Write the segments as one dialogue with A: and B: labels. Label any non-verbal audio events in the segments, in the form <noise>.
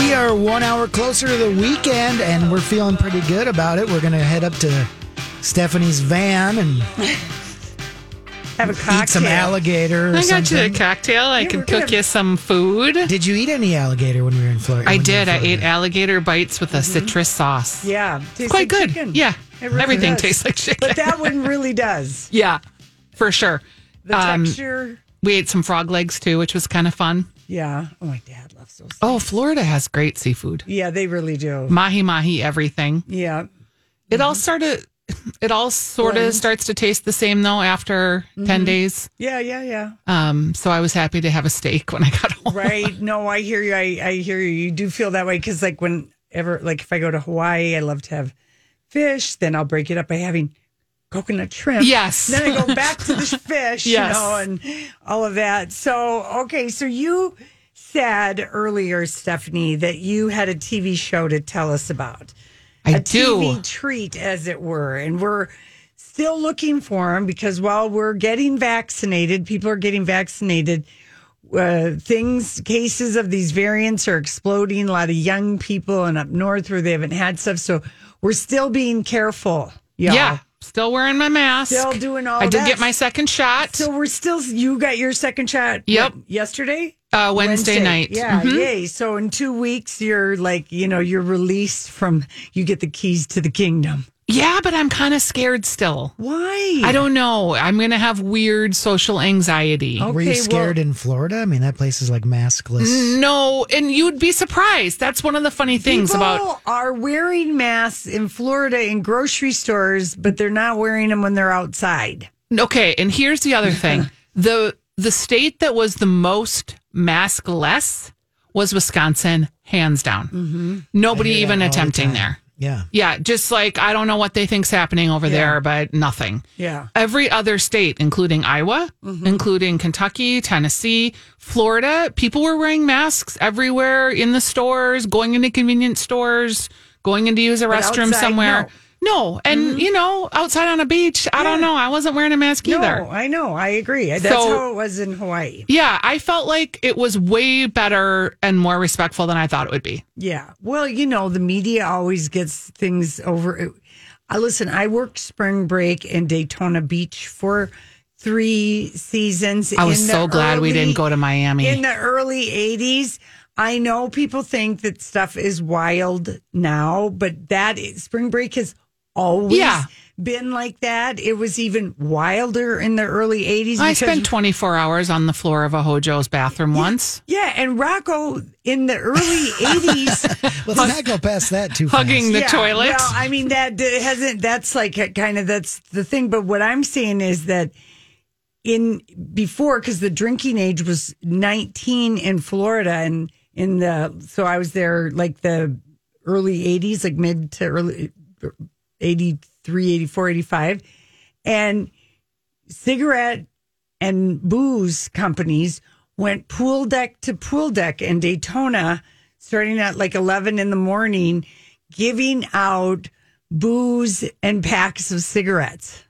A: We are one hour closer to the weekend, and we're feeling pretty good about it. We're gonna head up to Stephanie's van and
B: Have a cocktail.
A: eat some alligator. Or
C: I got
A: something.
C: you a cocktail. I
B: Yeah,
C: can
B: we're
C: cook
B: gonna-
C: you some food.
A: Did you eat any alligator when we were in Florida?
C: I
A: when you were in
C: did. I
A: Florida?
C: ate alligator bites with a citrus sauce.
B: Mm-hmm. Yeah, tastes
C: quite
B: like
C: good.
B: chicken.
C: Yeah,
B: It really
C: everything
B: does.
C: tastes like chicken.
B: But that one really
C: <laughs>
B: does.
C: yeah, for sure.
B: The
C: Um,
B: texture.
C: We ate some frog legs too, which was kind of fun.
B: Yeah. Oh, my dad loves those.
C: Oh, Florida has great seafood.
B: Yeah, they really do.
C: Mahi mahi, everything.
B: Yeah.
C: It
B: Mm-hmm.
C: all started. It all sort of starts to taste the same though after
B: Mm-hmm.
C: ten days.
B: Yeah, yeah, yeah.
C: Um, so I was happy to have a steak when I got home.
B: Right. No, I hear you. I, I hear you. You do feel that way because, like, whenever, like, if I go to Hawaii, I love to have fish. Then I'll break it up by having coconut shrimp.
C: Yes.
B: Then I go back to the
C: <laughs>
B: fish,
C: Yes.
B: you know, and all of that. So, okay. So you said earlier, Stephanie, that you had a TV show to tell us about.
C: I
B: a
C: do.
B: TV treat, as it were. And we're still looking for them because while we're getting vaccinated, people are getting vaccinated. Uh, things, cases of these variants are exploding. A lot of young people and up north where they haven't had stuff. So we're still being careful. Y'all.
C: Yeah, still wearing my mask.
B: Still doing all
C: I did
B: that.
C: get my second shot
B: So we're Oh, still, you got your second shot.
C: Yep.
B: what, yesterday?
C: uh, Wednesday, night.
B: Yeah,
C: Mhm.
B: yay. So in two weeks, you're like, you know, you're released from, you get the keys to the kingdom.
C: Yeah, but I'm kind of scared still.
B: Why?
C: I don't know. I'm going to have weird social anxiety.
B: Oh.
A: Were you
B: Okay, well-
A: scared in Florida? I mean, that place is like maskless.
C: Mm-hmm. No, and you'd be surprised. That's one of the funny things
B: People
C: about
B: are wearing masks in Florida in grocery stores, but they're not wearing them when they're outside.
C: Okay, and here's the other
B: <laughs>
C: thing. the the state that was the most maskless was Wisconsin, hands down.
B: Mm-hmm.
C: Nobody even attempting there.
A: Yeah.
C: Yeah, just like I don't know what they think's happening over there, but nothing.
B: Yeah.
C: Every other state, including Iowa,
B: Mm-hmm.
C: including Kentucky, Tennessee, Florida, people were wearing masks everywhere in the stores, going into convenience stores, going in to use a restroom
B: outside, Mm-hmm.
C: somewhere. No, and you know, outside on a beach, I don't know. I wasn't wearing a mask either.
B: No, I know. I agree. That's
C: So-
B: how it was in Hawaii.
C: Yeah, I felt like it was way better and more respectful than I thought it would be.
B: Yeah. Well, you know, the media always gets things over. I listen, I worked spring break in Daytona Beach for three seasons.
C: I was
B: in the
C: so glad we didn't go to Miami.
B: In the early 80s. I know people think that stuff is wild now, but that is, spring break has always
C: Yeah.
B: been like that. It was even wilder in the early 80s.
C: I
B: because-
C: spent 24 hours on the floor of a Hojo's bathroom once.
B: Yeah, and Rocco in the early
C: <laughs>
B: 80s
A: Let's not go past that too
C: Hugging the
B: Yeah,
C: toilet.
B: Well, I mean that d- hasn't. That's like a kind of that's the thing. But what I'm saying is that in before because the drinking age was 19 in Florida and in the so I was there like the early 80s, like mid to early 83, 84, 85, and cigarette and booze companies went pool deck to pool deck in Daytona, starting at like 11 in the morning, giving out booze and packs of cigarettes.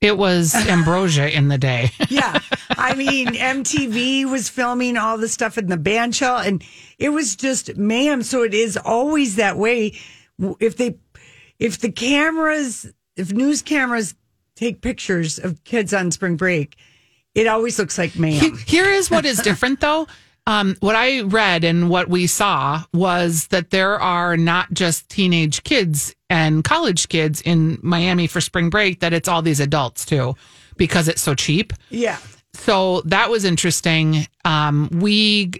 C: It was ambrosia in the day.
B: Yeah. I mean, MTV was filming all the stuff in the band shell, and it was just mayhem. So it is always that way. If they, if the cameras, if news cameras take pictures of kids on spring break, it always looks like mayhem.
C: <laughs> Here is what is different though. Um, what I read and what we saw was that there are not just teenage kids and college kids in Miami for spring break, that it's all these adults too, because it's so cheap.
B: Yeah.
C: So that was interesting. Um, we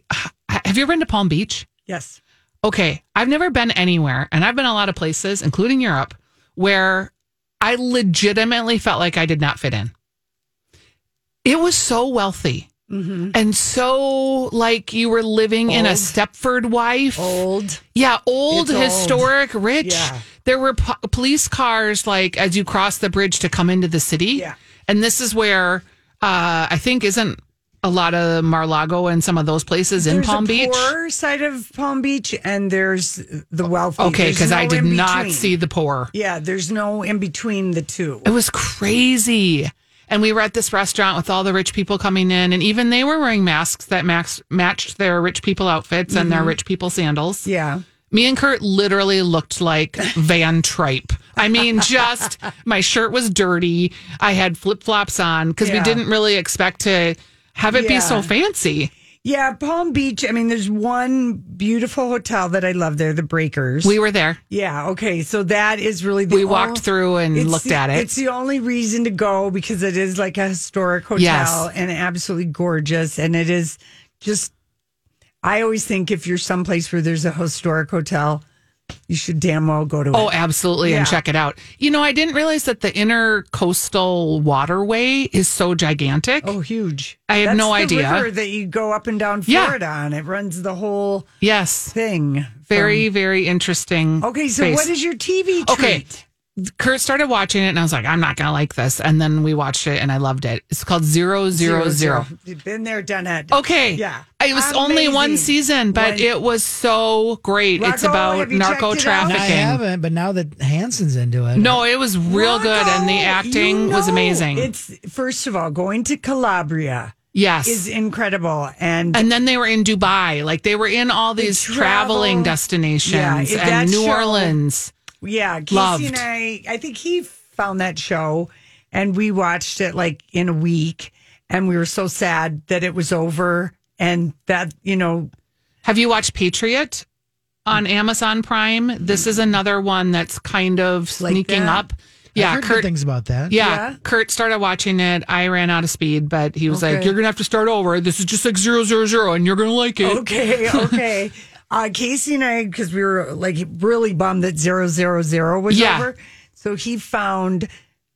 C: have you ever been to Palm Beach?
B: Yes.
C: okay, I've never been anywhere, and I've been a lot of places, including Europe, where I legitimately felt like I did not fit in. It was so wealthy and so like you were living in a
B: Mm-hmm. Old.
C: Stepford wife.
B: Old.
C: Yeah, old,
B: It's old.
C: historic, rich.
B: Yeah.
C: There were po- police cars like as you cross the bridge to come into the city.
B: Yeah.
C: And this is where uh, I think isn't a lot of Mar-Lago and some of those places in
B: There's
C: Palm
B: a
C: Beach.
B: poor side of Palm Beach, and there's the wealthy.
C: Okay,
B: Oh, There's
C: because I
B: no
C: did
B: in
C: not
B: between.
C: see the poor.
B: Yeah, there's no in between the two.
C: It was crazy. And we were at this restaurant with all the rich people coming in, and even they were wearing masks that max- matched their rich people outfits and their rich people sandals.
B: Mm-hmm. Yeah.
C: Me and Kurt literally
B: <laughs>
C: looked like Van Tripe. I mean, just my shirt was dirty. I had flip flops on because
B: Yeah.
C: we didn't really expect to have it
B: Yeah.
C: be so fancy.
B: Yeah, Palm Beach. I mean, there's one beautiful hotel that I love there, the Breakers.
C: We were there.
B: yeah, okay. So that is really the
C: We walked
B: on-
C: through and
B: It's
C: looked
B: the-
C: at it.
B: It's the only reason to go because it is like a historic hotel
C: Yes.
B: and absolutely gorgeous. And it is just, I always think if you're someplace where there's a historic hotel, you should damn well go to
C: Oh,
B: it.
C: absolutely.
B: Yeah.
C: And check it out. You know, I didn't realize that the inner coastal waterway is so gigantic.
B: Oh, huge.
C: I had
B: That's
C: no
B: the
C: idea.
B: river that you go up and down
C: Yeah.
B: Florida on. It runs the whole
C: Yes.
B: thing.
C: Very, very interesting.
B: Okay, so
C: space.
B: what is your TV treat?
C: Okay. Kurt started watching it and I was like, I'm not going to like this. And then we watched it and I loved it. It's called Zero Zero Zero.
B: You've been there, done it.
C: Okay.
B: Yeah.
C: It was only one
B: Amazing.
C: season, but
B: One-
C: it was so great. it's
B: Rocco,
C: about
B: have you checked it out?
C: narco
A: I
C: trafficking.
A: haven't, but now that Hanson's into it,
C: No, it was real good and the
B: Rocco, you
C: acting was
B: know,
C: amazing.
B: It's first of all going to Calabria
C: yes.
B: is incredible, and,
C: and then they were in Dubai. Like they were in all these
B: travel-
C: traveling
B: Yeah,
C: destinations
B: it- that
C: and New
B: show-
C: Orleans.
B: yeah, Casey
C: loved.
B: and I. I think he found that show, and we watched it like in a week, and we were so sad that it was over, and that you
C: <laughs>
B: know,
C: Have you watched Patriot on
B: Mm.
C: Amazon Prime? This is another one that's kind of
B: Like
C: sneaking
B: that?
C: up.
A: yeah, I've
C: Yeah,
A: heard good
C: Kurt.
A: things about that.
C: Yeah,
B: Yeah.
C: Kurt started watching it. I ran out of speed, but he was like,
B: Okay.
C: "You're gonna have to start over. This is just like zero zero zero, and you're gonna like it."
B: okay, okay. Uh, Casey and I, because we were like really bummed that zero zero zero was
C: Yeah.
B: over, so he found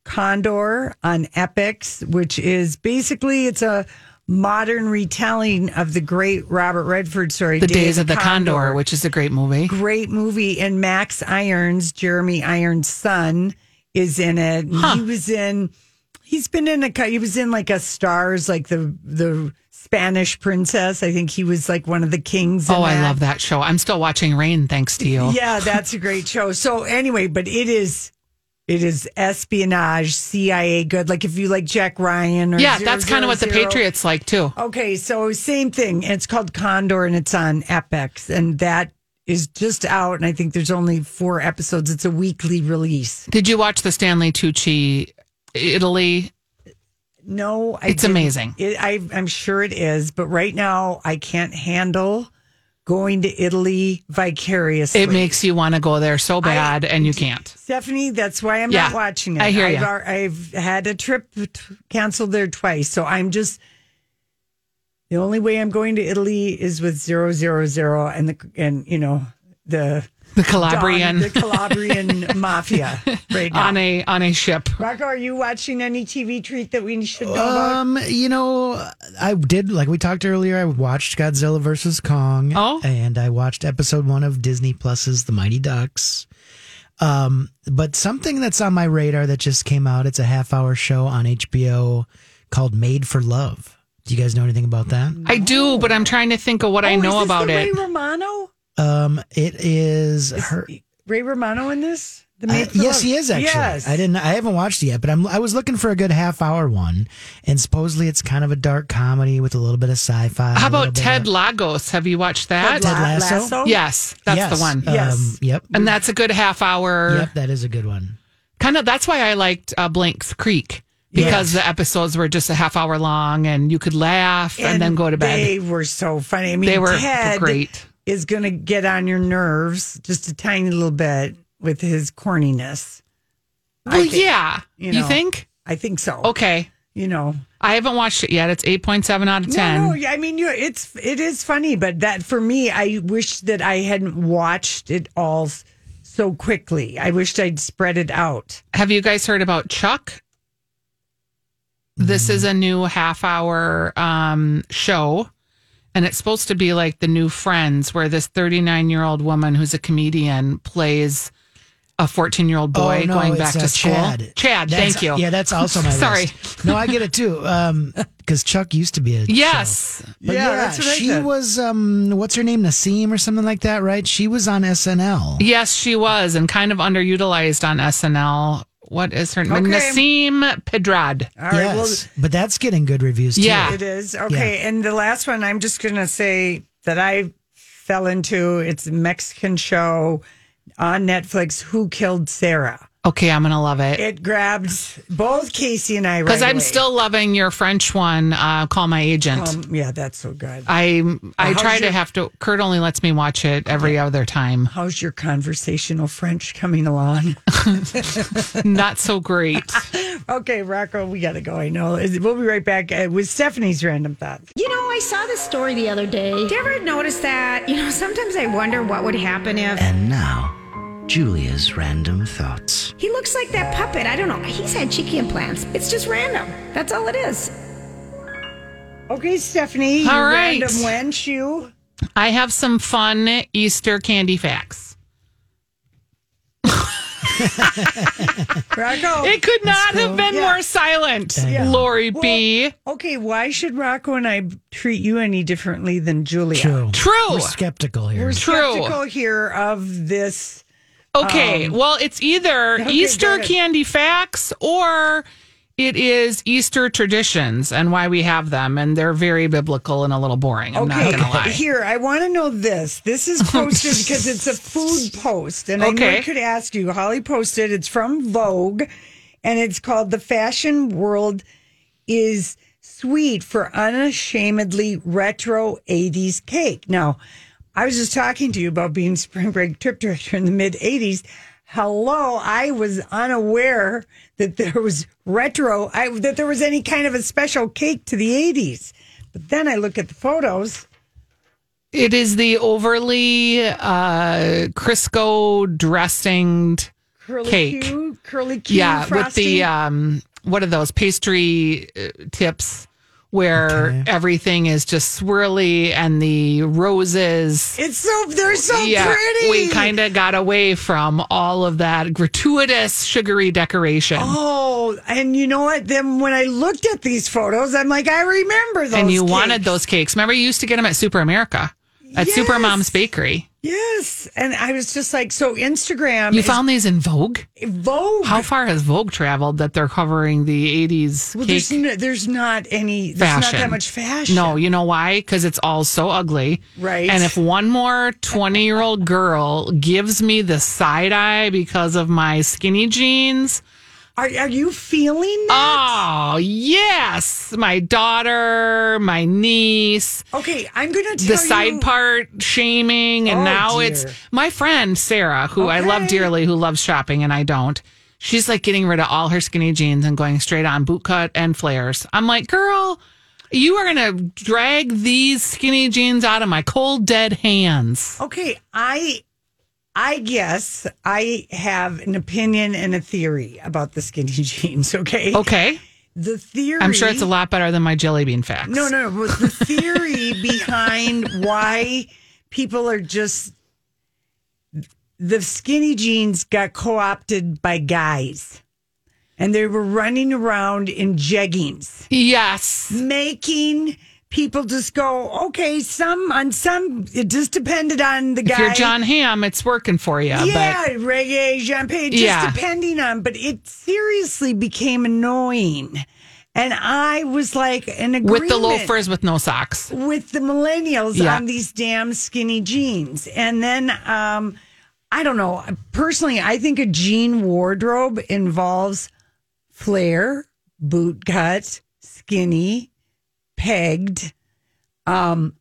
B: Condor on Epics, which is basically it's a modern retelling of the great Robert Redford story,
C: The Days of the Condor, which is a great movie.
B: great movie, and Max Irons, Jeremy Irons' son, is in it. And He was in. He's been in a. cou- He was in like a stars, like the the Spanish princess. I think he was like one of the kings. in
C: Oh, I
B: that.
C: love that show. I'm still watching Rain, thanks to you.
B: Yeah, that's a great show. So anyway, but it is. It is espionage, CIA good. Like if you like Jack Ryan or
C: Yeah, that's kind of what the
B: 000.
C: Patriots like too.
B: Okay, so same thing. It's called Condor and it's on Epics and that is just out and I think there's only 4 episodes. It's a weekly release.
C: Did you watch the Stanley Tucci Italy?
B: No, I
C: It's
B: didn't.
C: amazing.
B: It, I I'm sure it is, but right now I can't handle going to Italy vicariously.
C: It makes you want to go there so bad, and you can't.
B: Stephanie, that's why I'm not
C: Yeah,
B: watching it.
C: I hear
B: I've,
C: ya.
B: al- I've had a trip t- canceled there twice, so I'm just the only way I'm going to Italy is with zero zero zero and the and you know the
C: The
B: Don-
C: Calabrian
B: the
C: <laughs>
B: Calabrian mafia right now.
C: on a on a ship.
B: Rocco, are you watching any TV treat that we should know
C: Uh,
B: about?
A: Um, you know, I did like we talked earlier. I watched Godzilla versus Kong.
C: Oh.
A: and I watched episode one of Disney Plus's The Mighty Ducks. Um, but something that's on my radar that just came out. It's a half hour show on HBO called Made for Love. Do you guys know anything about that?
C: I do, but I'm trying to think of what I
B: Oh, is
C: know
B: this
C: about
B: the
C: it.
B: Ray Romano.
A: Um, it is her.
B: Ray Romano in this? The
A: Uh,
B: Maid for
A: yes,
B: Love?
A: he is actually.
B: Yes.
A: I didn't. I haven't watched it yet, but I'm. I was looking for a good half hour one, and supposedly it's kind of a dark comedy with a little bit of sci-fi. a
C: How
A: little
C: about
A: bit
C: Ted
A: of-
C: Lagos? Have you watched
A: Ted
C: that?
A: Lasso?
C: Yes, that's
A: Yes.
C: the one.
A: Um,
B: Yes. Uh,
A: Yep.
C: And er- that's a good half hour.
A: Yep. That is a good one.
C: Kind of that's why I liked uh, Blank's Creek because the episodes were just a half hour long and you could laugh and, then go to bed.
B: They were so funny. I mean,
C: They were
B: Ted
C: great.
B: Is going to get on your nerves just a tiny little bit with his corniness.
C: well, yeah.
B: you
C: You,
B: know.
C: think?
B: I think so.
C: Okay.
B: you know,
C: I haven't watched it yet. It's 8.7 out of 10.
B: No, no, yeah, I mean, you it's it is funny, but that for me, I wish that I hadn't watched it all s- so quickly. I wished I'd spread it out.
C: Have you guys heard about Chuck?
A: Mm.
C: This is a new half hour um, show, and it's supposed to be like the new Friends, where this 39 year old woman who's a comedian plays a 14 year old boy
A: Oh, no,
C: going
A: it's,
C: back
A: uh,
C: to school.
A: Chad.
C: Chad,
A: That's-
C: thank you.
A: Yeah, that's also
C: <laughs>
A: my
C: Sorry.
A: list. No, I get it too. Um, because Chuck used to be a show.
C: Yes.
A: But yeah,
B: that's what I
A: she
B: said.
A: was um, what's her name, Nassim or something like that, right? She was on SNL.
C: Yes, she was, and kind of underutilized on SNL. What is her name? Nassim Pedrad.
B: All right, Ah.
A: yes, but that's getting good reviews too.
C: Yeah.
B: well, it is okay. And the last one, I'm just going to say that I fell into it's a Mexican show on Netflix. Who killed Sarah?
C: Okay, I'm going to love it.
B: It grabbed both Casey and I
C: Because
B: right
C: I'm
B: away.
C: still loving your French one, uh, Call My Agent.
B: Um, yeah, that's so good.
C: Ah. I I
B: How's
C: try
B: your-
C: to have to. Kurt only lets me watch it every other <laughs> time.
B: How's your conversational French coming along?
C: Not so great.
B: Okay, Rocco, we got to go. I know. Is- We'll be right back uh, with Stephanie's random thought.
D: You know, I saw this story the other day.
E: Do you ever notice that? You know, sometimes I wonder what would happen if
F: And now, Julia's random thoughts.
E: he looks like that puppet. I don't know. He's had cheeky implants. It's just random. That's all it is.
B: Okay, Stephanie. you
C: All right.
B: Random wench, you.
C: I have some fun Easter candy facts.
B: Rocco.
C: <laughs> It could not have been
B: Yeah.
C: more silent, Lori B.
B: okay, why should Rocco and I treat you any differently than Julia?
A: true.
C: True.
A: We're skeptical here.
B: We're
C: True.
B: skeptical here of this.
C: Okay. well, it's either
B: okay,
C: Easter
B: got it.
C: candy facts or it is Easter traditions and why we have them, and they're very biblical and a little boring. I'm
B: Okay,
C: not going to <laughs> lie.
B: here, I want to know this. This is posted because it's a food post. And I knew I
C: Okay.
B: could ask you. Holly posted, it's from Vogue, and it's called The Fashion World is Sweet for Unashamedly Retro 80s Cake. Now, I was just talking to you about being <laughs> spring break trip director in the mid 80s. Hello, I was unaware that there was retro, I, that there was any kind of a special cake to the 80s. But then I look at the photos.
C: It is the overly uh, Crisco dressinged
B: curly
C: Cake.
B: Q, curly Q,
C: yeah with
B: frosting.
C: the um what are those pastry uh, tips where everything is just swirly and the roses
B: it's so they're so
C: yeah
B: pretty.
C: we kind of got away from all of that gratuitous sugary decoration
B: oh, and you know what? Then when I looked at these photos, I'm like, I remember those.
C: and you
B: cakes.
C: wanted those cakes remember you used to get them at super america at super
B: Yes.
C: mom's bakery
B: yes. And I was just like, so Instagram,
C: you
B: is
C: found these in vogue
B: Vogue.
C: how far has vogue traveled that they're covering the 80s
B: well,
C: cake
B: there's, no, there's not any. There's
C: fashion.
B: not that much fashion.
C: No, you know why? Because it's all so ugly.
B: Right.
C: And if one more 20 year old girl gives me the side eye because of my skinny jeans,
B: Are, are you feeling that?
C: oh, yes. My daughter, my niece,
B: okay, I'm gonna tell
C: the side
B: you-
C: part shaming. And
B: Oh,
C: now
B: dear.
C: it's my friend, Sarah, who I love
B: Okay.
C: dearly, who loves shopping and I don't. She's like getting rid of all her skinny jeans and going straight on boot cut and flares. I'm like, girl, you are going to drag these skinny jeans out of my cold, dead hands.
B: Okay, I I guess I have an opinion and a theory about the skinny <laughs> jeans, okay?
C: Okay.
B: The theory
C: I'm sure it's a lot better than my jelly bean facts.
B: No, no, no. but The
C: <laughs>
B: theory behind why people are just the skinny jeans got co-opted by guys. And they were running around in jeggings
C: Yes.
B: making people just go, okay, some on some it just depended on the guy.
C: If you're John Hamm, it's working for you.
B: Yeah, reggae, Jean Page, just
C: Yeah.
B: depending on, but it seriously became annoying. And I was like, an
C: But
B: agreement
C: with the loafers with no socks.
B: with the millennials
C: Yeah.
B: on these damn skinny jeans. And then, um, I don't know. Personally, I think a jean wardrobe involves flair, boot cut, skinny, pegged, um,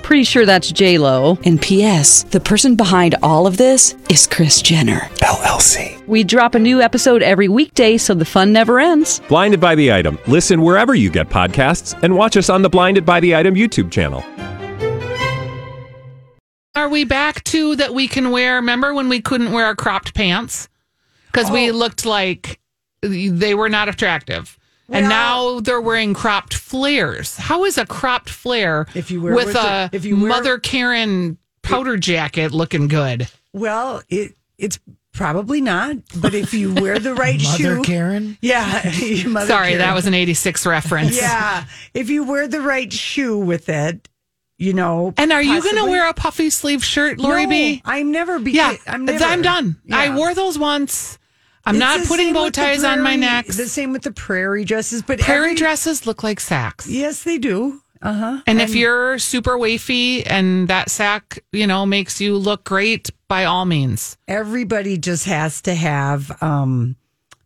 G: Pretty sure that's J Lo.
H: And P.S. The person behind all of this is Chris Jenner.
I: LLC.
G: We drop a new episode every weekday, so the fun never ends.
I: Blinded by the item. Listen wherever you get podcasts, and watch us on the Blinded by the Item YouTube channel.
C: are we back to that we can wear? Remember when we couldn't wear our cropped pants because
B: Oh.
C: we looked like they were not attractive. and now they're wearing cropped flares. How is a cropped flare
B: If you wear
C: with,
B: with
C: a
B: the- if you wear-
C: Mother Karen powder jacket looking good?
B: well, it it's probably not, but if you wear the right
A: <laughs> Mother
B: shoe,
A: Karen.
B: yeah, <laughs> Mother
C: Sorry, that
B: Karen.
C: was an 86 reference.
B: yeah. If you wear the right shoe with it, you know.
C: And are you going to
B: possibly-
C: wear a puffy sleeve shirt, Lori
B: no,
C: B?
B: I'm never.
C: Yeah,
B: Because, I'm never.
C: done. I
B: Yeah.
C: wore those once. I'm
B: It's
C: not
B: the
C: putting
B: same
C: bow
B: with the
C: ties on my
B: prairie-
C: necks.
B: The same with the prairie dresses, but
C: Prairie
B: every-
C: dresses look like sacks.
B: Yes, they do. Uh huh.
C: And if you're super wafy and that sack, you know, makes you look great, by all means.
B: Everybody just has to have um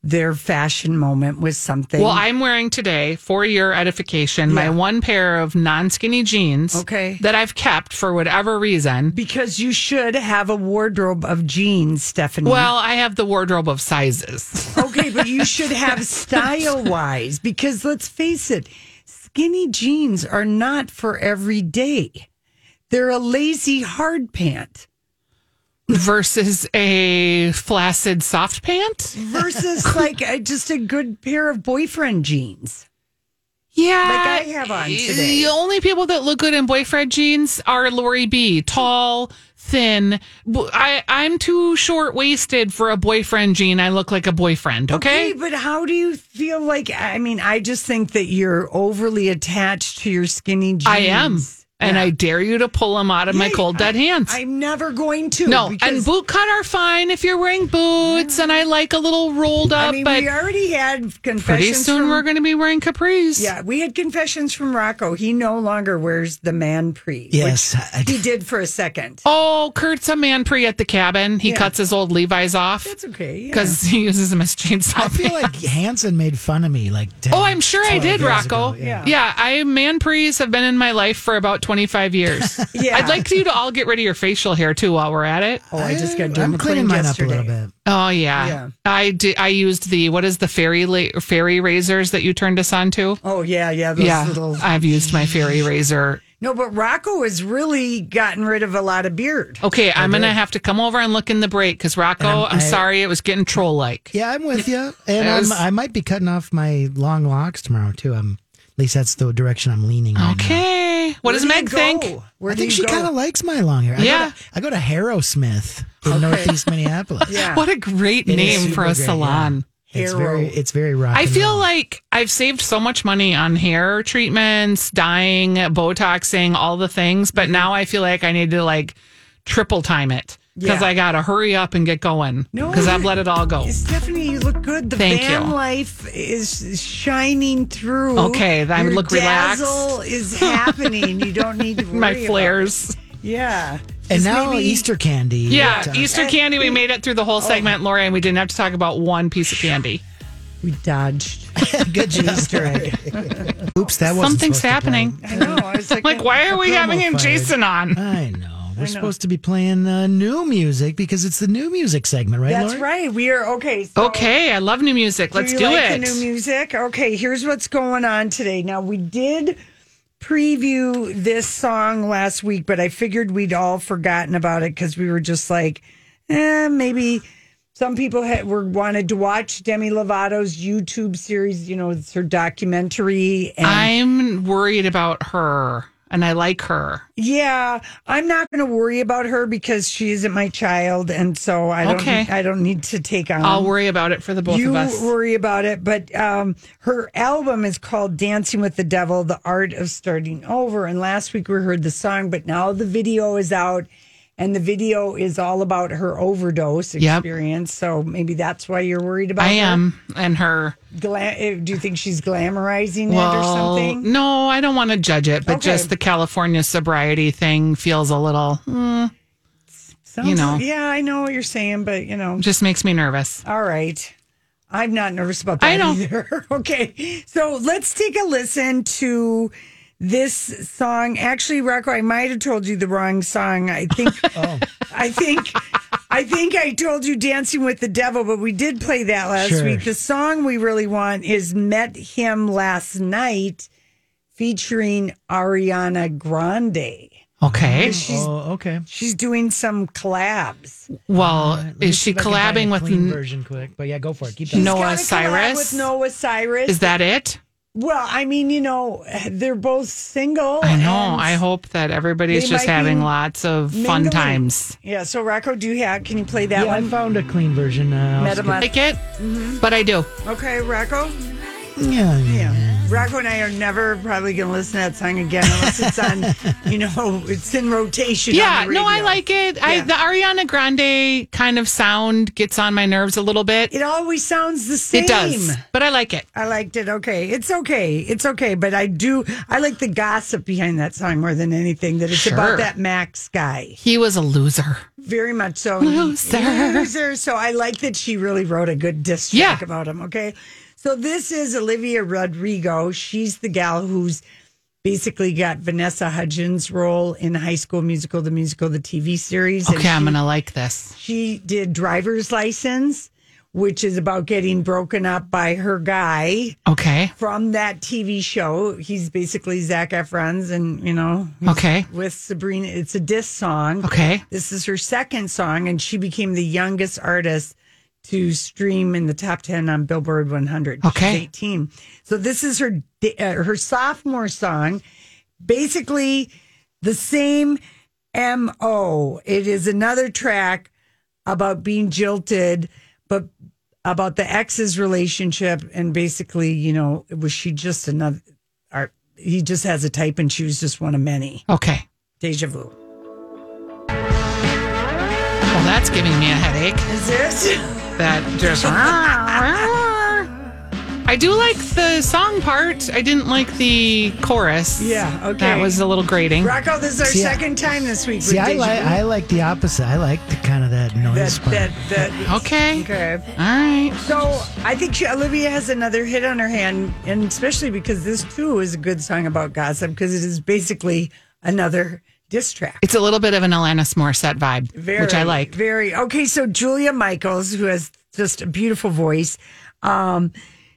B: their fashion moment with something.
C: Well, I'm wearing today, for your edification, my
B: Yeah.
C: one pair of non skinny jeans
B: Okay.
C: that I've kept for whatever reason.
B: because you should have a wardrobe of jeans, Stephanie.
C: Well, I have the wardrobe of sizes.
B: <laughs> okay, but you should
C: <laughs>
B: have style wise because let's face it, skinny jeans are not for every day. They're a lazy hard pant
C: versus a flaccid soft pant. <laughs>
B: versus like a, just a good pair of boyfriend jeans.
C: Yeah.
B: Like I have on
C: y-
B: today.
C: The only people that look good in boyfriend jeans are Lori B. Tall, thin. B- I, I'm too short waisted for a boyfriend jean. I look like a boyfriend. Okay.
B: but how do you feel like? I mean, I just think that you're overly attached to your skinny jeans.
C: I am. And I dare you to pull them out of my
B: Yeah,
C: cold dead hands.
B: I'm never going to.
C: no, and
B: because-
C: boot cut are fine if you're wearing boots, and I like a little rolled up,
B: I mean,
C: but
B: we already had confessions.
C: pretty soon
B: from-
C: we're going to be wearing capris.
B: Yeah, we had confessions from Rocco. He no longer wears the man pre. which
A: Yes, I-
B: he did for a second.
C: Oh, Kurt's a man pre at the cabin. He
B: Yeah.
C: cuts his old Levi's off <laughs>
B: That's okay. yeah.
C: because he uses them as chainsaw.
A: I feel
C: <laughs>
A: like Hanson made fun of me. Like, 10,
C: Oh, I'm sure I
A: 12
C: did,
A: years
C: Rocco.
A: ago.
C: yeah.
A: Yeah.
C: I man prees have been in my life for about 25 years.
B: Yeah.
C: I'd like you to all get rid of your facial hair too while we're at it.
B: oh, I just got done
A: I'm
B: with
A: cleaning
B: clean
A: mine
B: yesterday.
A: up a little bit.
C: Oh yeah.
B: Yeah.
C: I did, I used the what is the fairy la- fairy razors that you turned us on to?
B: Oh yeah, yeah. Those
C: yeah.
B: little
C: I've used my fairy razor.
B: no, but Rocco has really gotten rid of a lot of beard.
C: Okay, I'm going to have to come over and look in the break cuz Rocco, I'm,
A: I-
C: sorry it was getting troll like.
A: Yeah, I'm with you. And I'm,
C: was-
A: I might be cutting off my long locks tomorrow too. I'm at least that's the direction I'm leaning. right now.
C: Okay. What
B: Where
C: does
B: do you
C: Meg
B: go?
C: think?
B: Where
A: I
B: do
A: think
B: you
A: she
B: go?
A: kind of likes my long hair. I
C: Yeah.
A: go to, I go to Harrowsmith in
B: <laughs>
A: Northeast Minneapolis.
B: Yeah.
C: <laughs> What a great
A: It is
C: name
A: super
C: for a
A: great, yeah.
C: salon.
A: It's
B: Harrow.
A: very it's very rock.
C: I
A: and
C: feel
A: roll.
C: like I've saved so much money on hair treatments, dyeing, botoxing, all the things, but
B: Mm-hmm.
C: now I feel like I need to like triple time it because
B: Yeah.
C: I got to hurry up and get going
B: No,
C: because I've let it all go.
B: Stephanie, <laughs> you look good. The
C: Thank
B: van
C: you.
B: life is shining through.
C: Okay, I
B: Your
C: look relaxed.
B: dazzle is happening. You don't need to worry
C: <laughs> My
B: about it.
C: flares.
B: Yeah.
A: and
B: Just
A: now
B: maybe-
A: Easter candy.
C: Yeah,
A: But, uh,
C: Easter candy. We made it through the whole
B: Oh.
C: segment, Lori, and we didn't have to talk about one piece of candy.
B: We dodged.
A: <laughs> Good job.
B: Easter egg.
A: Oops, that wasn't supposed
C: Something's
A: to
C: happening.
B: <laughs> I know. I was like,
C: Like, why are we
A: promo
C: having him
A: fired.
C: Jason on?
A: play. I know. We're supposed to be playing uh, new music because it's the new music segment, right?
B: That's
A: Lori?
B: right. We are okay. so-
C: Okay, I love new music. Let's
B: you
C: do,
B: like
C: it.
B: The new music. Okay, here's what's going on today. Now we did preview this song last week, but I figured we'd all forgotten about it because we were just like, eh, maybe Some people had, were wanted to watch Demi Lovato's YouTube series. You know, it's her documentary. And
C: I'm worried about her, and I like her.
B: yeah, I'm not going to worry about her because she isn't my child, and so I don't.
C: Okay.
B: I don't need to take on.
C: I'll worry about it for the both
B: Um, you
C: of us.
B: worry about it, but um, her album is called "Dancing with the Devil: The Art of Starting Over." And last week we heard the song, but now the video is out, and the video is all about her overdose
C: Yep.
B: experience. So maybe that's why you're worried about.
C: I
B: her.
C: am, and her.
B: Gla- eh, do you think she's glamorizing it or
C: Well,
B: something?
C: no, I don't want to judge it, but
B: Okay.
C: just the California sobriety thing feels a little. mm, you
B: Sounds-
C: know,
B: Yeah, I know what you're saying, but you know,
C: just makes me nervous.
B: All right. I'm not nervous about that
C: I know.
B: either. <laughs> okay. So let's take a listen to this song. Actually, Rocco, I might have told you the wrong song. I think I think I think I told you Dancing with the Devil, but we did play that last
A: Sure.
B: week. The song we really want is Met Him Last Night featuring Ariana Grande.
C: Okay.
A: oh, okay.
B: She's doing some collabs.
C: Well,
A: Let me
C: is
A: see
C: she
A: if I can find a
C: collabing with?
A: clean
C: n-
A: version quick? But yeah, go for it. Keep
C: She's
A: going.
C: Noah
B: Gotta collab
C: Cyrus?
B: With Noah Cyrus.
C: Is that it?
B: Well, I mean, you know, they're both single.
C: I know.
B: Oh, and-
C: I hope that everybody's
B: they
C: just
B: might be
C: having lots of fun
B: mingling.
C: times.
B: Yeah. So, Rocco, do you have? Can you play that
A: Yeah, I
B: one?
A: found a clean version. Uh, I'll
B: Met him
A: skip-
C: Like it,
B: Mm-hmm.
C: but I do.
B: uh, Okay, Rocco.
A: yeah, yeah.
B: Rocco and I are never probably going to listen to that song again unless
A: <laughs>
B: it's on, you know, it's in rotation. on
C: Yeah,
B: the
C: no, I
B: radio.
C: like it. I
B: Yeah.
C: the Ariana Grande kind of sound gets on my nerves a little bit.
B: It always sounds the same.
C: It does, but I like it.
B: I liked it. Okay, it's okay. It's okay. But I do. I like the gossip behind that song more than anything. That it's
C: Sure.
B: about that Max guy.
C: He was a loser.
B: Very much so.
C: Loser.
B: Loser. So I like that she really wrote a good diss track
C: Yeah.
B: about him. Okay. So this is Olivia Rodrigo. She's the gal who's basically got Vanessa Hudgens' role in High School Musical, the musical, the TV series. And
C: Okay, I'm
B: she-
C: gonna like this.
B: she did driver's license, which is about getting broken up by her guy
C: Okay,
B: from that TV show. He's basically Zach Efron's, and you know, he's
C: Okay.
B: with Sabrina. It's a diss song.
C: okay.
B: This is her second song, and she became the youngest artist to stream in the top 10 on Billboard 100. She's
C: Okay.
B: 18. So this is her di- uh, her sophomore song. Basically the same MO. It is another track about being jilted, but about the ex's relationship and basically, you know, was she just another or he just has a type and she was just one of many.
C: Okay.
B: Deja vu.
C: Well, that's giving me a headache.
B: Is this?
C: That just. I do like the song part. I didn't like the chorus.
B: Yeah, okay.
C: That was a little grating.
B: Rocco, this is our
A: See, I-
B: second time this week.
A: See,
B: with
A: I
B: Deja
A: like
B: Vu.
A: I like the opposite. I like the kind of that noise
B: that,
A: part.
B: that, that.
C: Okay.
B: Okay.
C: All right.
B: So I think she, Olivia has another hit on her hand, and especially because this too is a good song about gossip because it is basically another diss track.
C: It's a little bit of an Alanis Morissette vibe, which I like.
B: Very okay. So Julia Michaels, who has just a beautiful voice, um,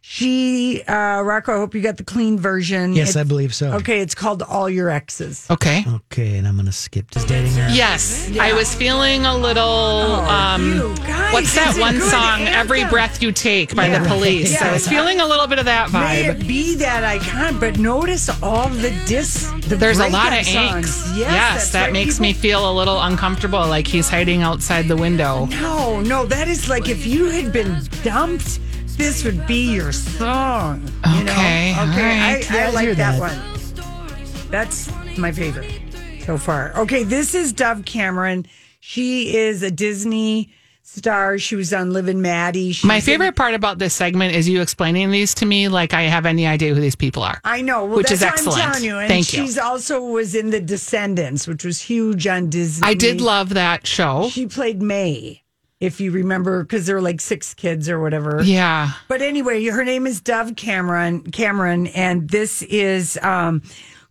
B: she uh, Rocco. I hope you got the clean version.
A: yes, I
B: It's-
A: believe so.
B: Okay, it's called All Your Exes.
C: Okay.
A: Okay, and I'm gonna skip this dating. app.
C: Yes, I was feeling a little.
B: Oh, you
C: um,
B: guys,
C: what's
B: it's
C: that
B: a
C: one
B: good
C: song? Every
B: anthem.
C: breath you take by the police.
B: Yeah.
C: I was feeling a little bit of that
B: May
C: vibe.
B: it be that icon, but notice all the dis. The
C: There's a lot
B: breakup
C: of
B: songs. Yes,
C: angst. Yes,
B: that's
C: that
B: right.
C: makes me
B: People-
C: feel a little uncomfortable, like he's hiding outside the window.
B: No, no, that is like if you had been dumped, this would be your song. You know?
C: Okay, all
B: okay,
C: right.
B: I, I
A: Yeah, I
B: like
A: hear that.
B: that, one. That's my favorite so far. Okay, this is Dove Cameron. She is a Disney star. She was on Live and Maddie. She's
C: My
B: in-
C: favorite part about this segment is you explaining these to me like I have any idea who these people are.
B: I know, well,
C: which
B: that's
C: is excellent.
B: What I'm telling you, and
C: Thank you.
B: she's also was in The Descendants, which was huge on Disney.
C: I did love that show.
B: She played May, if you remember, because there were like six kids or whatever.
C: Yeah.
B: But anyway, her name is Dove Cameron Cameron, and this is um,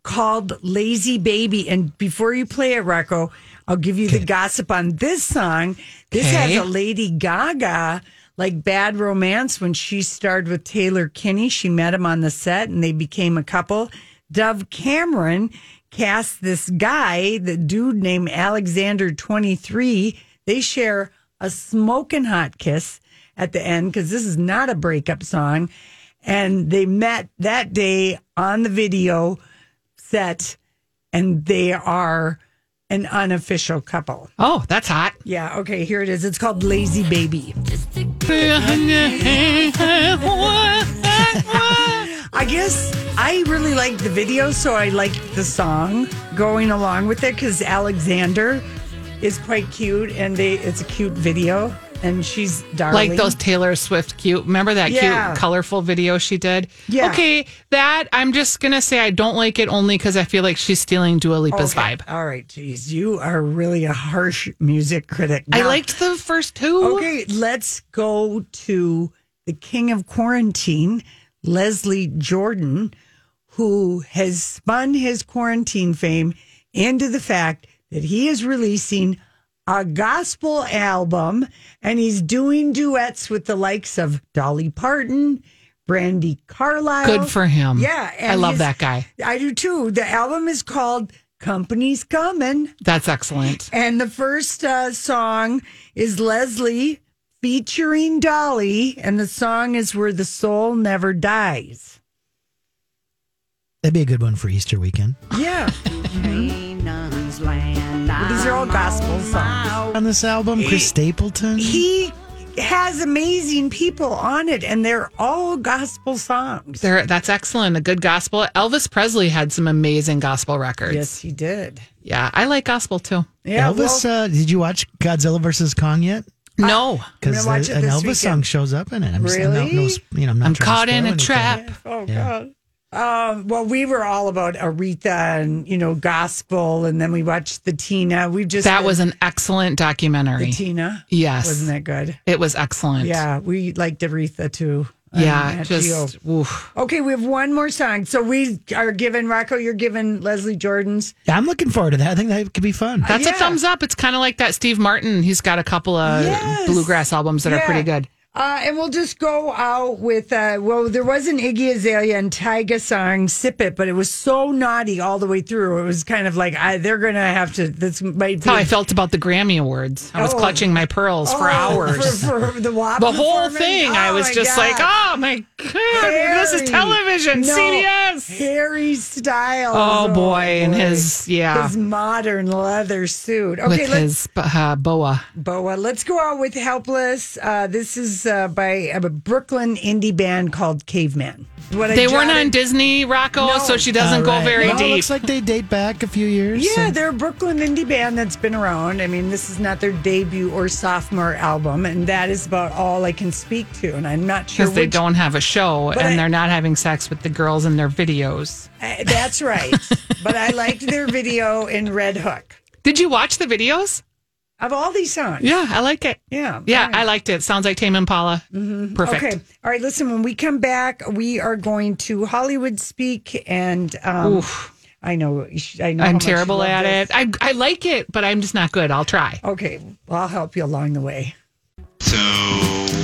B: called Lazy Baby. And before you play it, Rocco, I'll give you the gossip on this song. This
C: Okay.
B: has a Lady Gaga like bad romance when she starred with Taylor Kinney. She met him on the set and they became a couple. Dove Cameron cast this guy, the dude named Alexander 23. They share a smoking hot kiss at the end because this is not a breakup song. And they met that day on the video set, and they are an unofficial couple.
C: Oh, that's hot.
B: Yeah. Okay. Here it is. It's called Lazy Baby. I guess I really like the video, so I like the song going along with it because Alexander is quite cute, and they it's a cute video, and she's darling.
C: Like those Taylor Swift cute. Remember that
B: Yeah.
C: cute, colorful video she did?
B: Yeah.
C: Okay, that I'm just gonna say I don't like it only because I feel like she's stealing Dua Lipa's
B: Okay.
C: vibe.
B: All right, geez, you are really a harsh music critic.
C: I
B: Now-
C: liked the first two.
B: Okay, let's go to the king of quarantine, Leslie Jordan, who has spun his quarantine fame into the fact that he is releasing a gospel album and he's doing duets with the likes of Dolly Parton, Brandy Carlisle.
C: Good for him.
B: Oh, Yeah,
C: I
B: and
C: love
B: his-
C: that guy.
B: I do too. The album is called Company's Coming.
C: That's excellent.
B: And the first uh, song is Leslie featuring Dolly, and the song is Where the Soul Never Dies.
A: That'd be a good one for Easter weekend.
B: Yeah. Well, these are all gospel songs.
A: On this album, Chris Stapleton.
B: Oh, He has amazing people on it, and they're all gospel songs.
C: There, that's excellent. A good gospel. Elvis Presley had some amazing gospel records.
B: Yes, he did.
C: Yeah, I like gospel too.
B: Yeah,
A: Elvis, uh, did you watch Godzilla vs Kong yet?
C: No,
A: Because
B: I'm gonna watch it
A: an
B: this
A: Elvis
B: weekend.
A: song shows up in it. I'm just, I'm not, no,
B: Really?
A: sp- you know, I'm not
C: I'm
A: trying to
C: caught in
A: spoil
C: a
A: anything.
C: trap.
B: Oh
A: Yeah.
B: God. Um, well, we were all about Aretha and you know gospel, and then we watched the Tina. We've just
C: That
B: been-
C: was an excellent
B: the
C: documentary.
B: Tina.
C: Yes.
B: wasn't that good?
C: It was excellent.
B: Yeah, we liked Aretha too. on
C: Yeah,
B: Nat Geo.
C: just oof.
B: okay. We have one more song, so we are given Rocco. You're given Leslie Jordan's.
A: Yeah, I'm looking forward to that. I think that could be
C: <laughs>
A: fun.
C: That's
B: Uh, Yeah.
C: a thumbs up. It's kind of like that Steve Martin. He's got a couple of
B: Yes.
C: bluegrass albums that are
B: Yeah.
C: pretty good.
B: Uh, and we'll just go out with uh, well, there was an Iggy Azalea and Tyga song "Sip It," but it was so naughty all the way through. It was kind of like I, they're gonna have to. This might be
C: That's how I felt about the Grammy Awards. I was
B: Oh.
C: clutching my pearls
B: Oh, <laughs>
C: for hours.
B: for, for the, WAP
C: the whole
B: performance?
C: thing, I
B: Oh,
C: was
B: my
C: just
B: God.
C: like, oh my God, this is
B: Harry.
C: television,
B: No,
C: CBS.
B: Harry Styles.
C: Oh, boy, and his- yeah.
B: his modern leather suit. Okay,
C: With
B: let's,
C: his uh, boa.
B: Boa. Let's go out with "Helpless." Uh, this is uh, by a Brooklyn indie band called Caveman. What I
C: They weren't
B: jotted-
C: on Disney, Rocco,
B: No.
C: so she doesn't
A: All
C: go
A: right.
C: very
A: Well,
C: deep.
A: Looks like they date back a few years.
B: Yeah,
A: so-
B: they're a Brooklyn indie band that's been around. I mean, this is not their debut or sophomore album, and that is about all I can speak to. And I'm not sure
C: because they
B: which-
C: don't have a show
B: But
C: and
B: I-
C: they're not having sex with the girls in their videos.
B: Uh, that's
C: <laughs>
B: right. but I liked their video in Red Hook
C: Did you watch the videos?
B: of all these songs.
C: Yeah, I like it.
B: Yeah.
C: Yeah,
B: All
C: I
B: right. Mm-hmm.
C: liked it. Sounds like Tame Impala. Perfect.
B: Okay. All right. Listen, when we come back, we are going to Hollywood speak, and um, I know, I know, how
C: I'm
B: much you
C: terrible
B: love
C: at
B: this.
C: it. I, I like it, but I'm just not good. I'll try.
B: Okay, well, I'll help you along the way.
J: So,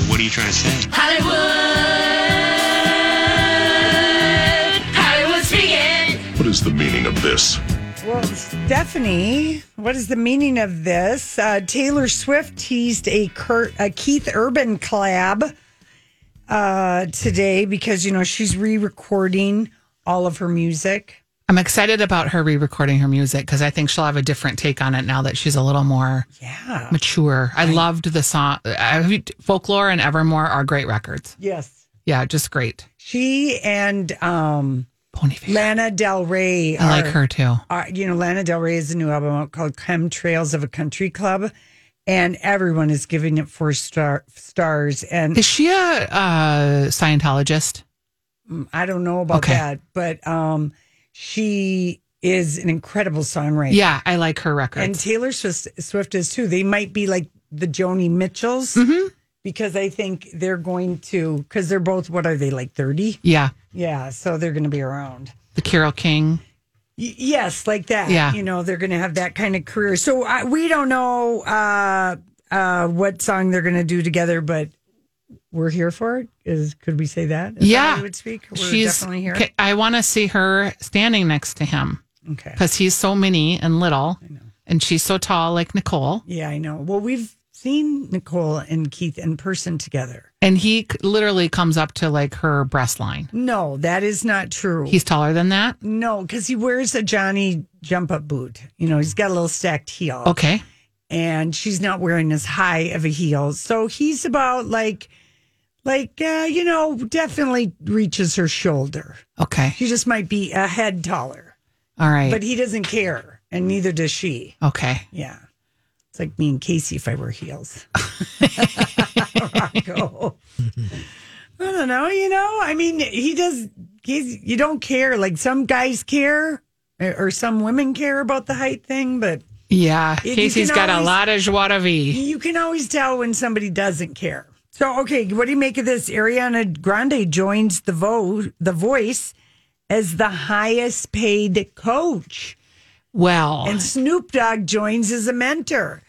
J: what are you trying to say?
E: Hollywood, Hollywood speaking.
K: What is the meaning of this?
B: Well, Stephanie, what is the meaning of this? Uh, Taylor Swift teased a, Kurt, a Keith Urban collab uh, today because you know she's re-recording all of her music.
C: I'm excited about her re recording her music because I think she'll have a different take on it now that she's a little more
B: Yeah.
C: mature. I loved the song. I, Folklore and Evermore are great records.
B: Yes.
C: Yeah, just great.
B: She and um,
C: Pony Fair.
B: Lana Del Rey.
C: I like
B: are-
C: her too.
B: Are, you know, Lana Del Rey has a new album out called "Chemtrails of a Country Club," and everyone is giving it four star stars. And
C: Is she a uh, Scientologist?
B: I don't know about
C: Okay.
B: that, but um, she is an incredible songwriter.
C: Yeah, I like her records.
B: and Taylor Swift, Swift is too. They might be like the Joni Mitchells
C: Mm-hmm.
B: because I think they're going to because they're both what are they like thirty?
C: yeah,
B: Yeah, so they're going to be around.
C: the Carol King.
B: Y- yes, like that.
C: Yeah.
B: you know they're going to have that kind of career. So I, we don't know uh, uh, what song they're going to do together, but. We're here for it. Is could we say that? Is that
C: Yeah.
B: how you would speak. We're definitely here.
C: K- I want to see her standing next to him
B: Okay.
C: because he's so mini and little, and she's so tall, like Nicole.
B: Yeah, I know. Well, we've seen Nicole and Keith in person together.
C: And he c- literally comes up to like her breast line.
B: No, that is not true.
C: He's taller than that.
B: No, because he wears a Johnny jump up boot. You know, he's got a little stacked heel.
C: Okay.
B: And she's not wearing as high of a heel. So he's about like, like, uh, you know, definitely reaches her shoulder.
C: Okay.
B: She just might be a head taller.
C: All right.
B: But he doesn't care, and neither does she.
C: Okay.
B: Yeah. It's like me and Casey if I wear heels. <laughs> Rocco. I don't know, you know? I mean, he does, he's, you don't care. Like some guys care, or some women care about the height thing, but
C: Yeah.
B: You- you
C: Casey's
B: can
C: got a
B: always-
C: lot of joie de vivre.
B: you can always tell when somebody doesn't care. So, okay, what do you make of this? Ariana Grande joins the, vo- the voice as the highest paid coach.
C: Well,
B: And Snoop Dogg joins as a mentor.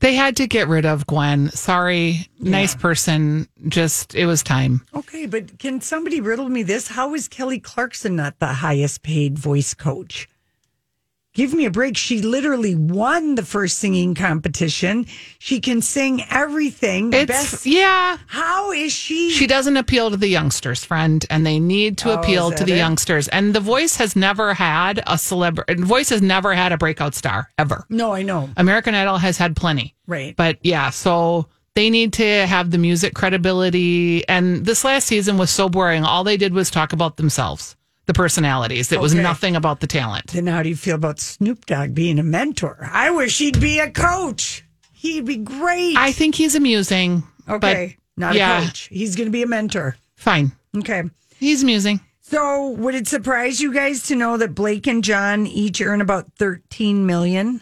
C: they had to get rid of Gwen. Sorry. Nice person. Just, it was time.
B: Okay, but can somebody riddle me this? How is Kelly Clarkson not the highest paid voice coach? Give me a break. She literally won the first singing competition. She can sing everything.
C: It's,
B: Best-
C: yeah.
B: How is she?
C: She doesn't appeal to the youngsters, friend, and they need to
B: Oh,
C: appeal
B: is
C: to
B: that
C: the
B: it?
C: youngsters. And The Voice has never had a celebrity. Voice has never had a breakout star ever.
B: No, I know.
C: American Idol has had plenty.
B: Right.
C: But yeah, so they need to have the music credibility. And this last season was so boring. All they did was talk about themselves, the personalities. It was
B: Okay.
C: nothing about the talent.
B: Then how do you feel about Snoop Dogg being a mentor? I wish he'd be a coach. He'd be great.
C: I think he's amusing.
B: okay,
C: But
B: not
C: yeah,
B: a coach. He's going to be a mentor.
C: Fine.
B: Okay.
C: He's amusing.
B: So, would it surprise you guys to know that Blake and John each earn about 13 million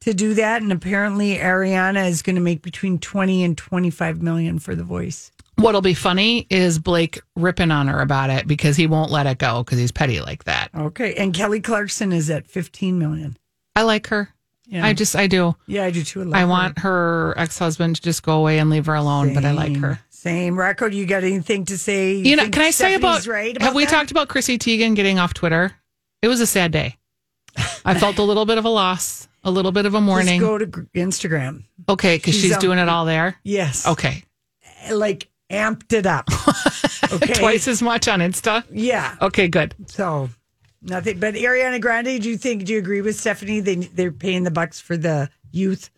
B: to do that and apparently Ariana is going to make between 20 and 25 million for the voice.
C: What'll be funny is Blake ripping on her about it because he won't let it go because he's petty like that.
B: Okay, and Kelly Clarkson is at 15 million.
C: I like her.
B: Yeah.
C: I just, I do.
B: Yeah, I do too. love
C: I
B: her.
C: want her ex husband to just go away and leave her alone, but I like her.
B: Same. Rocco, do you got anything to say?
C: You know,
B: think
C: can I say about,
B: Stephanie's right
C: have
B: about
C: we
B: that?
C: talked about Chrissy Teigen getting off Twitter? It was a sad day.
B: <laughs>
C: I felt a little bit of a loss, a little bit of a
B: Just
C: mourning.
B: go to gr- Instagram.
C: okay, because
B: She's um,
C: she's,
B: on-
C: doing it all there.
B: Yes.
C: Okay.
B: Like amped it
C: <laughs>
B: up. Okay.
C: Twice as much on Insta.
B: Yeah.
C: Okay, good.
B: So nothing. But Ariana Grande, do you think? Do you agree with Stephanie? They they're paying the bucks for the youth.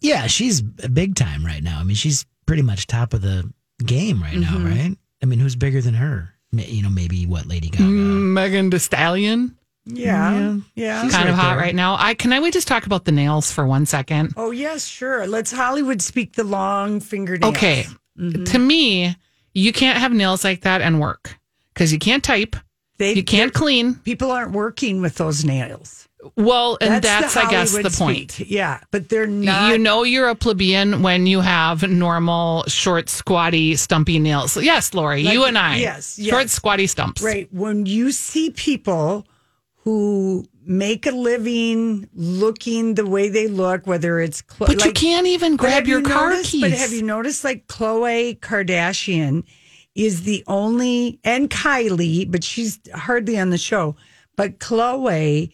A: Yeah, she's big time right now. I mean, she's pretty much top of the game right now,
C: Mm-hmm.
A: right? I mean, who's bigger than her? Ma- You know, maybe what Lady Gaga?
C: Mm-hmm. Megan Thee Stallion.
B: Yeah. Yeah.
A: She's
C: kind of
A: right
C: hot
A: there.
C: right now. I can I we just talk about the nails for one second?
B: Oh yes, sure. Let's Hollywood speak the long fingernails.
C: Okay.
B: Mm-hmm.
C: To me, you can't have nails like that and work because you can't type.
B: They-
C: you can't clean.
B: People aren't working with those nails.
C: Well, and that's,
B: the
C: I guess, the
B: Hollywood
C: point.
B: speak. Yeah, but they're not.
C: you know you're a plebeian when you have normal, short, squatty, stumpy nails. Yes, Lori,
B: Like-
C: you and I.
B: yes, yes.
C: Short, squatty stumps.
B: Right. When you see people who make a living looking the way they look, whether it's clo-
C: But you
B: like-
C: can't even
B: But
C: grab
B: have
C: your
B: you
C: car
B: noticed,
C: keys.
B: But have you noticed, like Chloe Kardashian is the only, and Kylie, but she's hardly on the show. But Chloe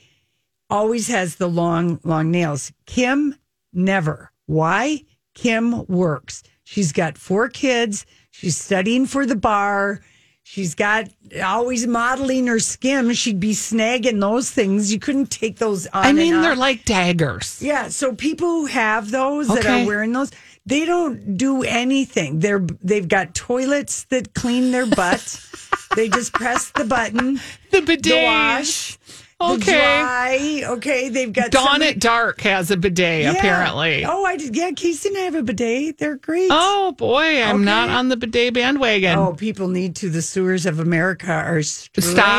B: always has the long, long nails. Kim never. Why? Kim works. She's got four kids. She's studying for the bar. She's got always modeling her skin. She'd be snagging those things. You couldn't take those on.
C: I
B: and
C: mean,
B: off.
C: they're like daggers.
B: Yeah, so people who have those that
C: Okay.
B: are wearing those, they don't do anything. They're they've got toilets that clean their butt.
C: <laughs>
B: they just press the button,
C: The bidet.
B: the wash, the
C: Okay.
B: dry. Okay, they've got
C: Dawn
B: somebody-
C: at Dark has a bidet,
B: Yeah.
C: apparently.
B: Oh, I did. Yeah, Casey and I have a bidet. They're great.
C: Oh boy, I'm
B: Okay.
C: not on the bidet bandwagon.
B: Oh, people need to. The sewers of America are
C: Stop
B: <laughs>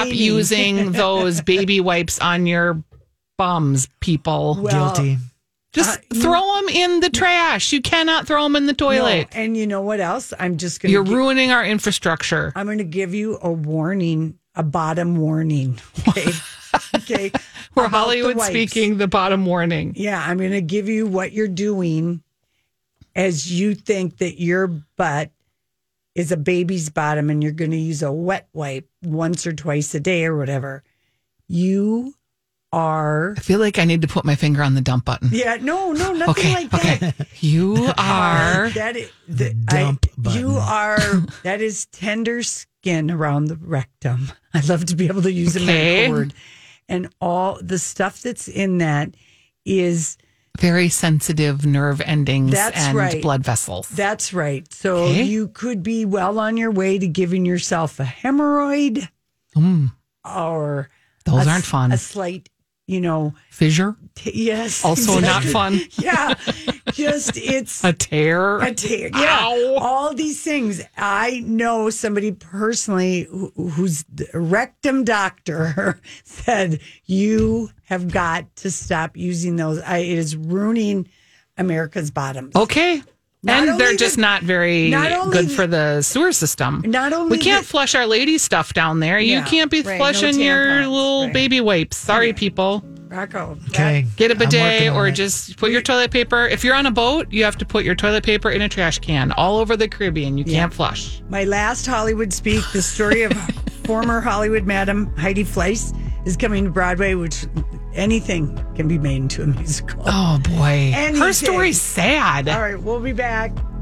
B: straining.
C: using those baby wipes on your bums, people.
B: Well,
A: Guilty.
C: Just throw them in the trash. You cannot throw them in the
B: no,
C: toilet.
B: and you know what else? I'm just going.
C: You're
B: to
C: ruining our infrastructure.
B: I'm going to give you a warning, a bottom warning.
C: <laughs>
B: Okay. okay.
C: We're
B: About the
C: Hollywood
B: wipes.
C: speaking the bottom warning.
B: Yeah, I'm going to give you what you're doing as you think that your butt is a baby's bottom and you're going to use a wet wipe once or twice a day or whatever. You are.
C: I feel like I need to put my finger on the dump button.
B: Yeah, no, no, nothing
C: okay,
B: like
C: okay.
B: that.
C: <laughs> You are.
B: That is, the, dump You are. That is tender skin around the rectum. I'd love to be able to use a
C: Okay.
B: medical word. And all the stuff that's in that is
C: very sensitive nerve endings
B: That's
C: and
B: right.
C: blood vessels.
B: that's right. So
C: Okay.
B: you could be well on your way to giving yourself a hemorrhoid
C: Mm,
B: or
C: those
B: a
C: aren't
B: s-
C: fun.
B: A slight, you know,
C: Fissure,
B: t- yes,
C: <laughs> also not
B: exactly.
C: fun.
B: <laughs> Yeah, just it's
C: A tear.
B: A tear. Yeah. All these things. I know somebody personally who, whose rectum doctor <laughs> said, You have got to stop using those. I, it is ruining America's bottoms.
C: Okay.
B: Not
C: and they're
B: only
C: just
B: the-
C: not very
B: not only
C: good
B: the-
C: for the sewer system.
B: Not only
C: we can't
B: the-
C: flush our lady stuff down there. You
B: Yeah,
C: can't be
B: right, no
C: flushing your
B: tampons,
C: little
B: right.
C: baby wipes. Sorry, people.
B: Rocco. that-
A: Okay.
C: Get a
A: I'm working
C: bidet
A: on
C: or
A: it.
C: just put your toilet paper. If you're on a boat, you have to put your toilet paper in a trash can all over the Caribbean. You can't flush.
B: My last Hollywood speak, the story of former Hollywood madam Heidi Fleiss is coming to Broadway, which anything can be made into a musical.
C: Oh boy.
B: Anything.
C: Her story's sad.
B: All right, we'll be back.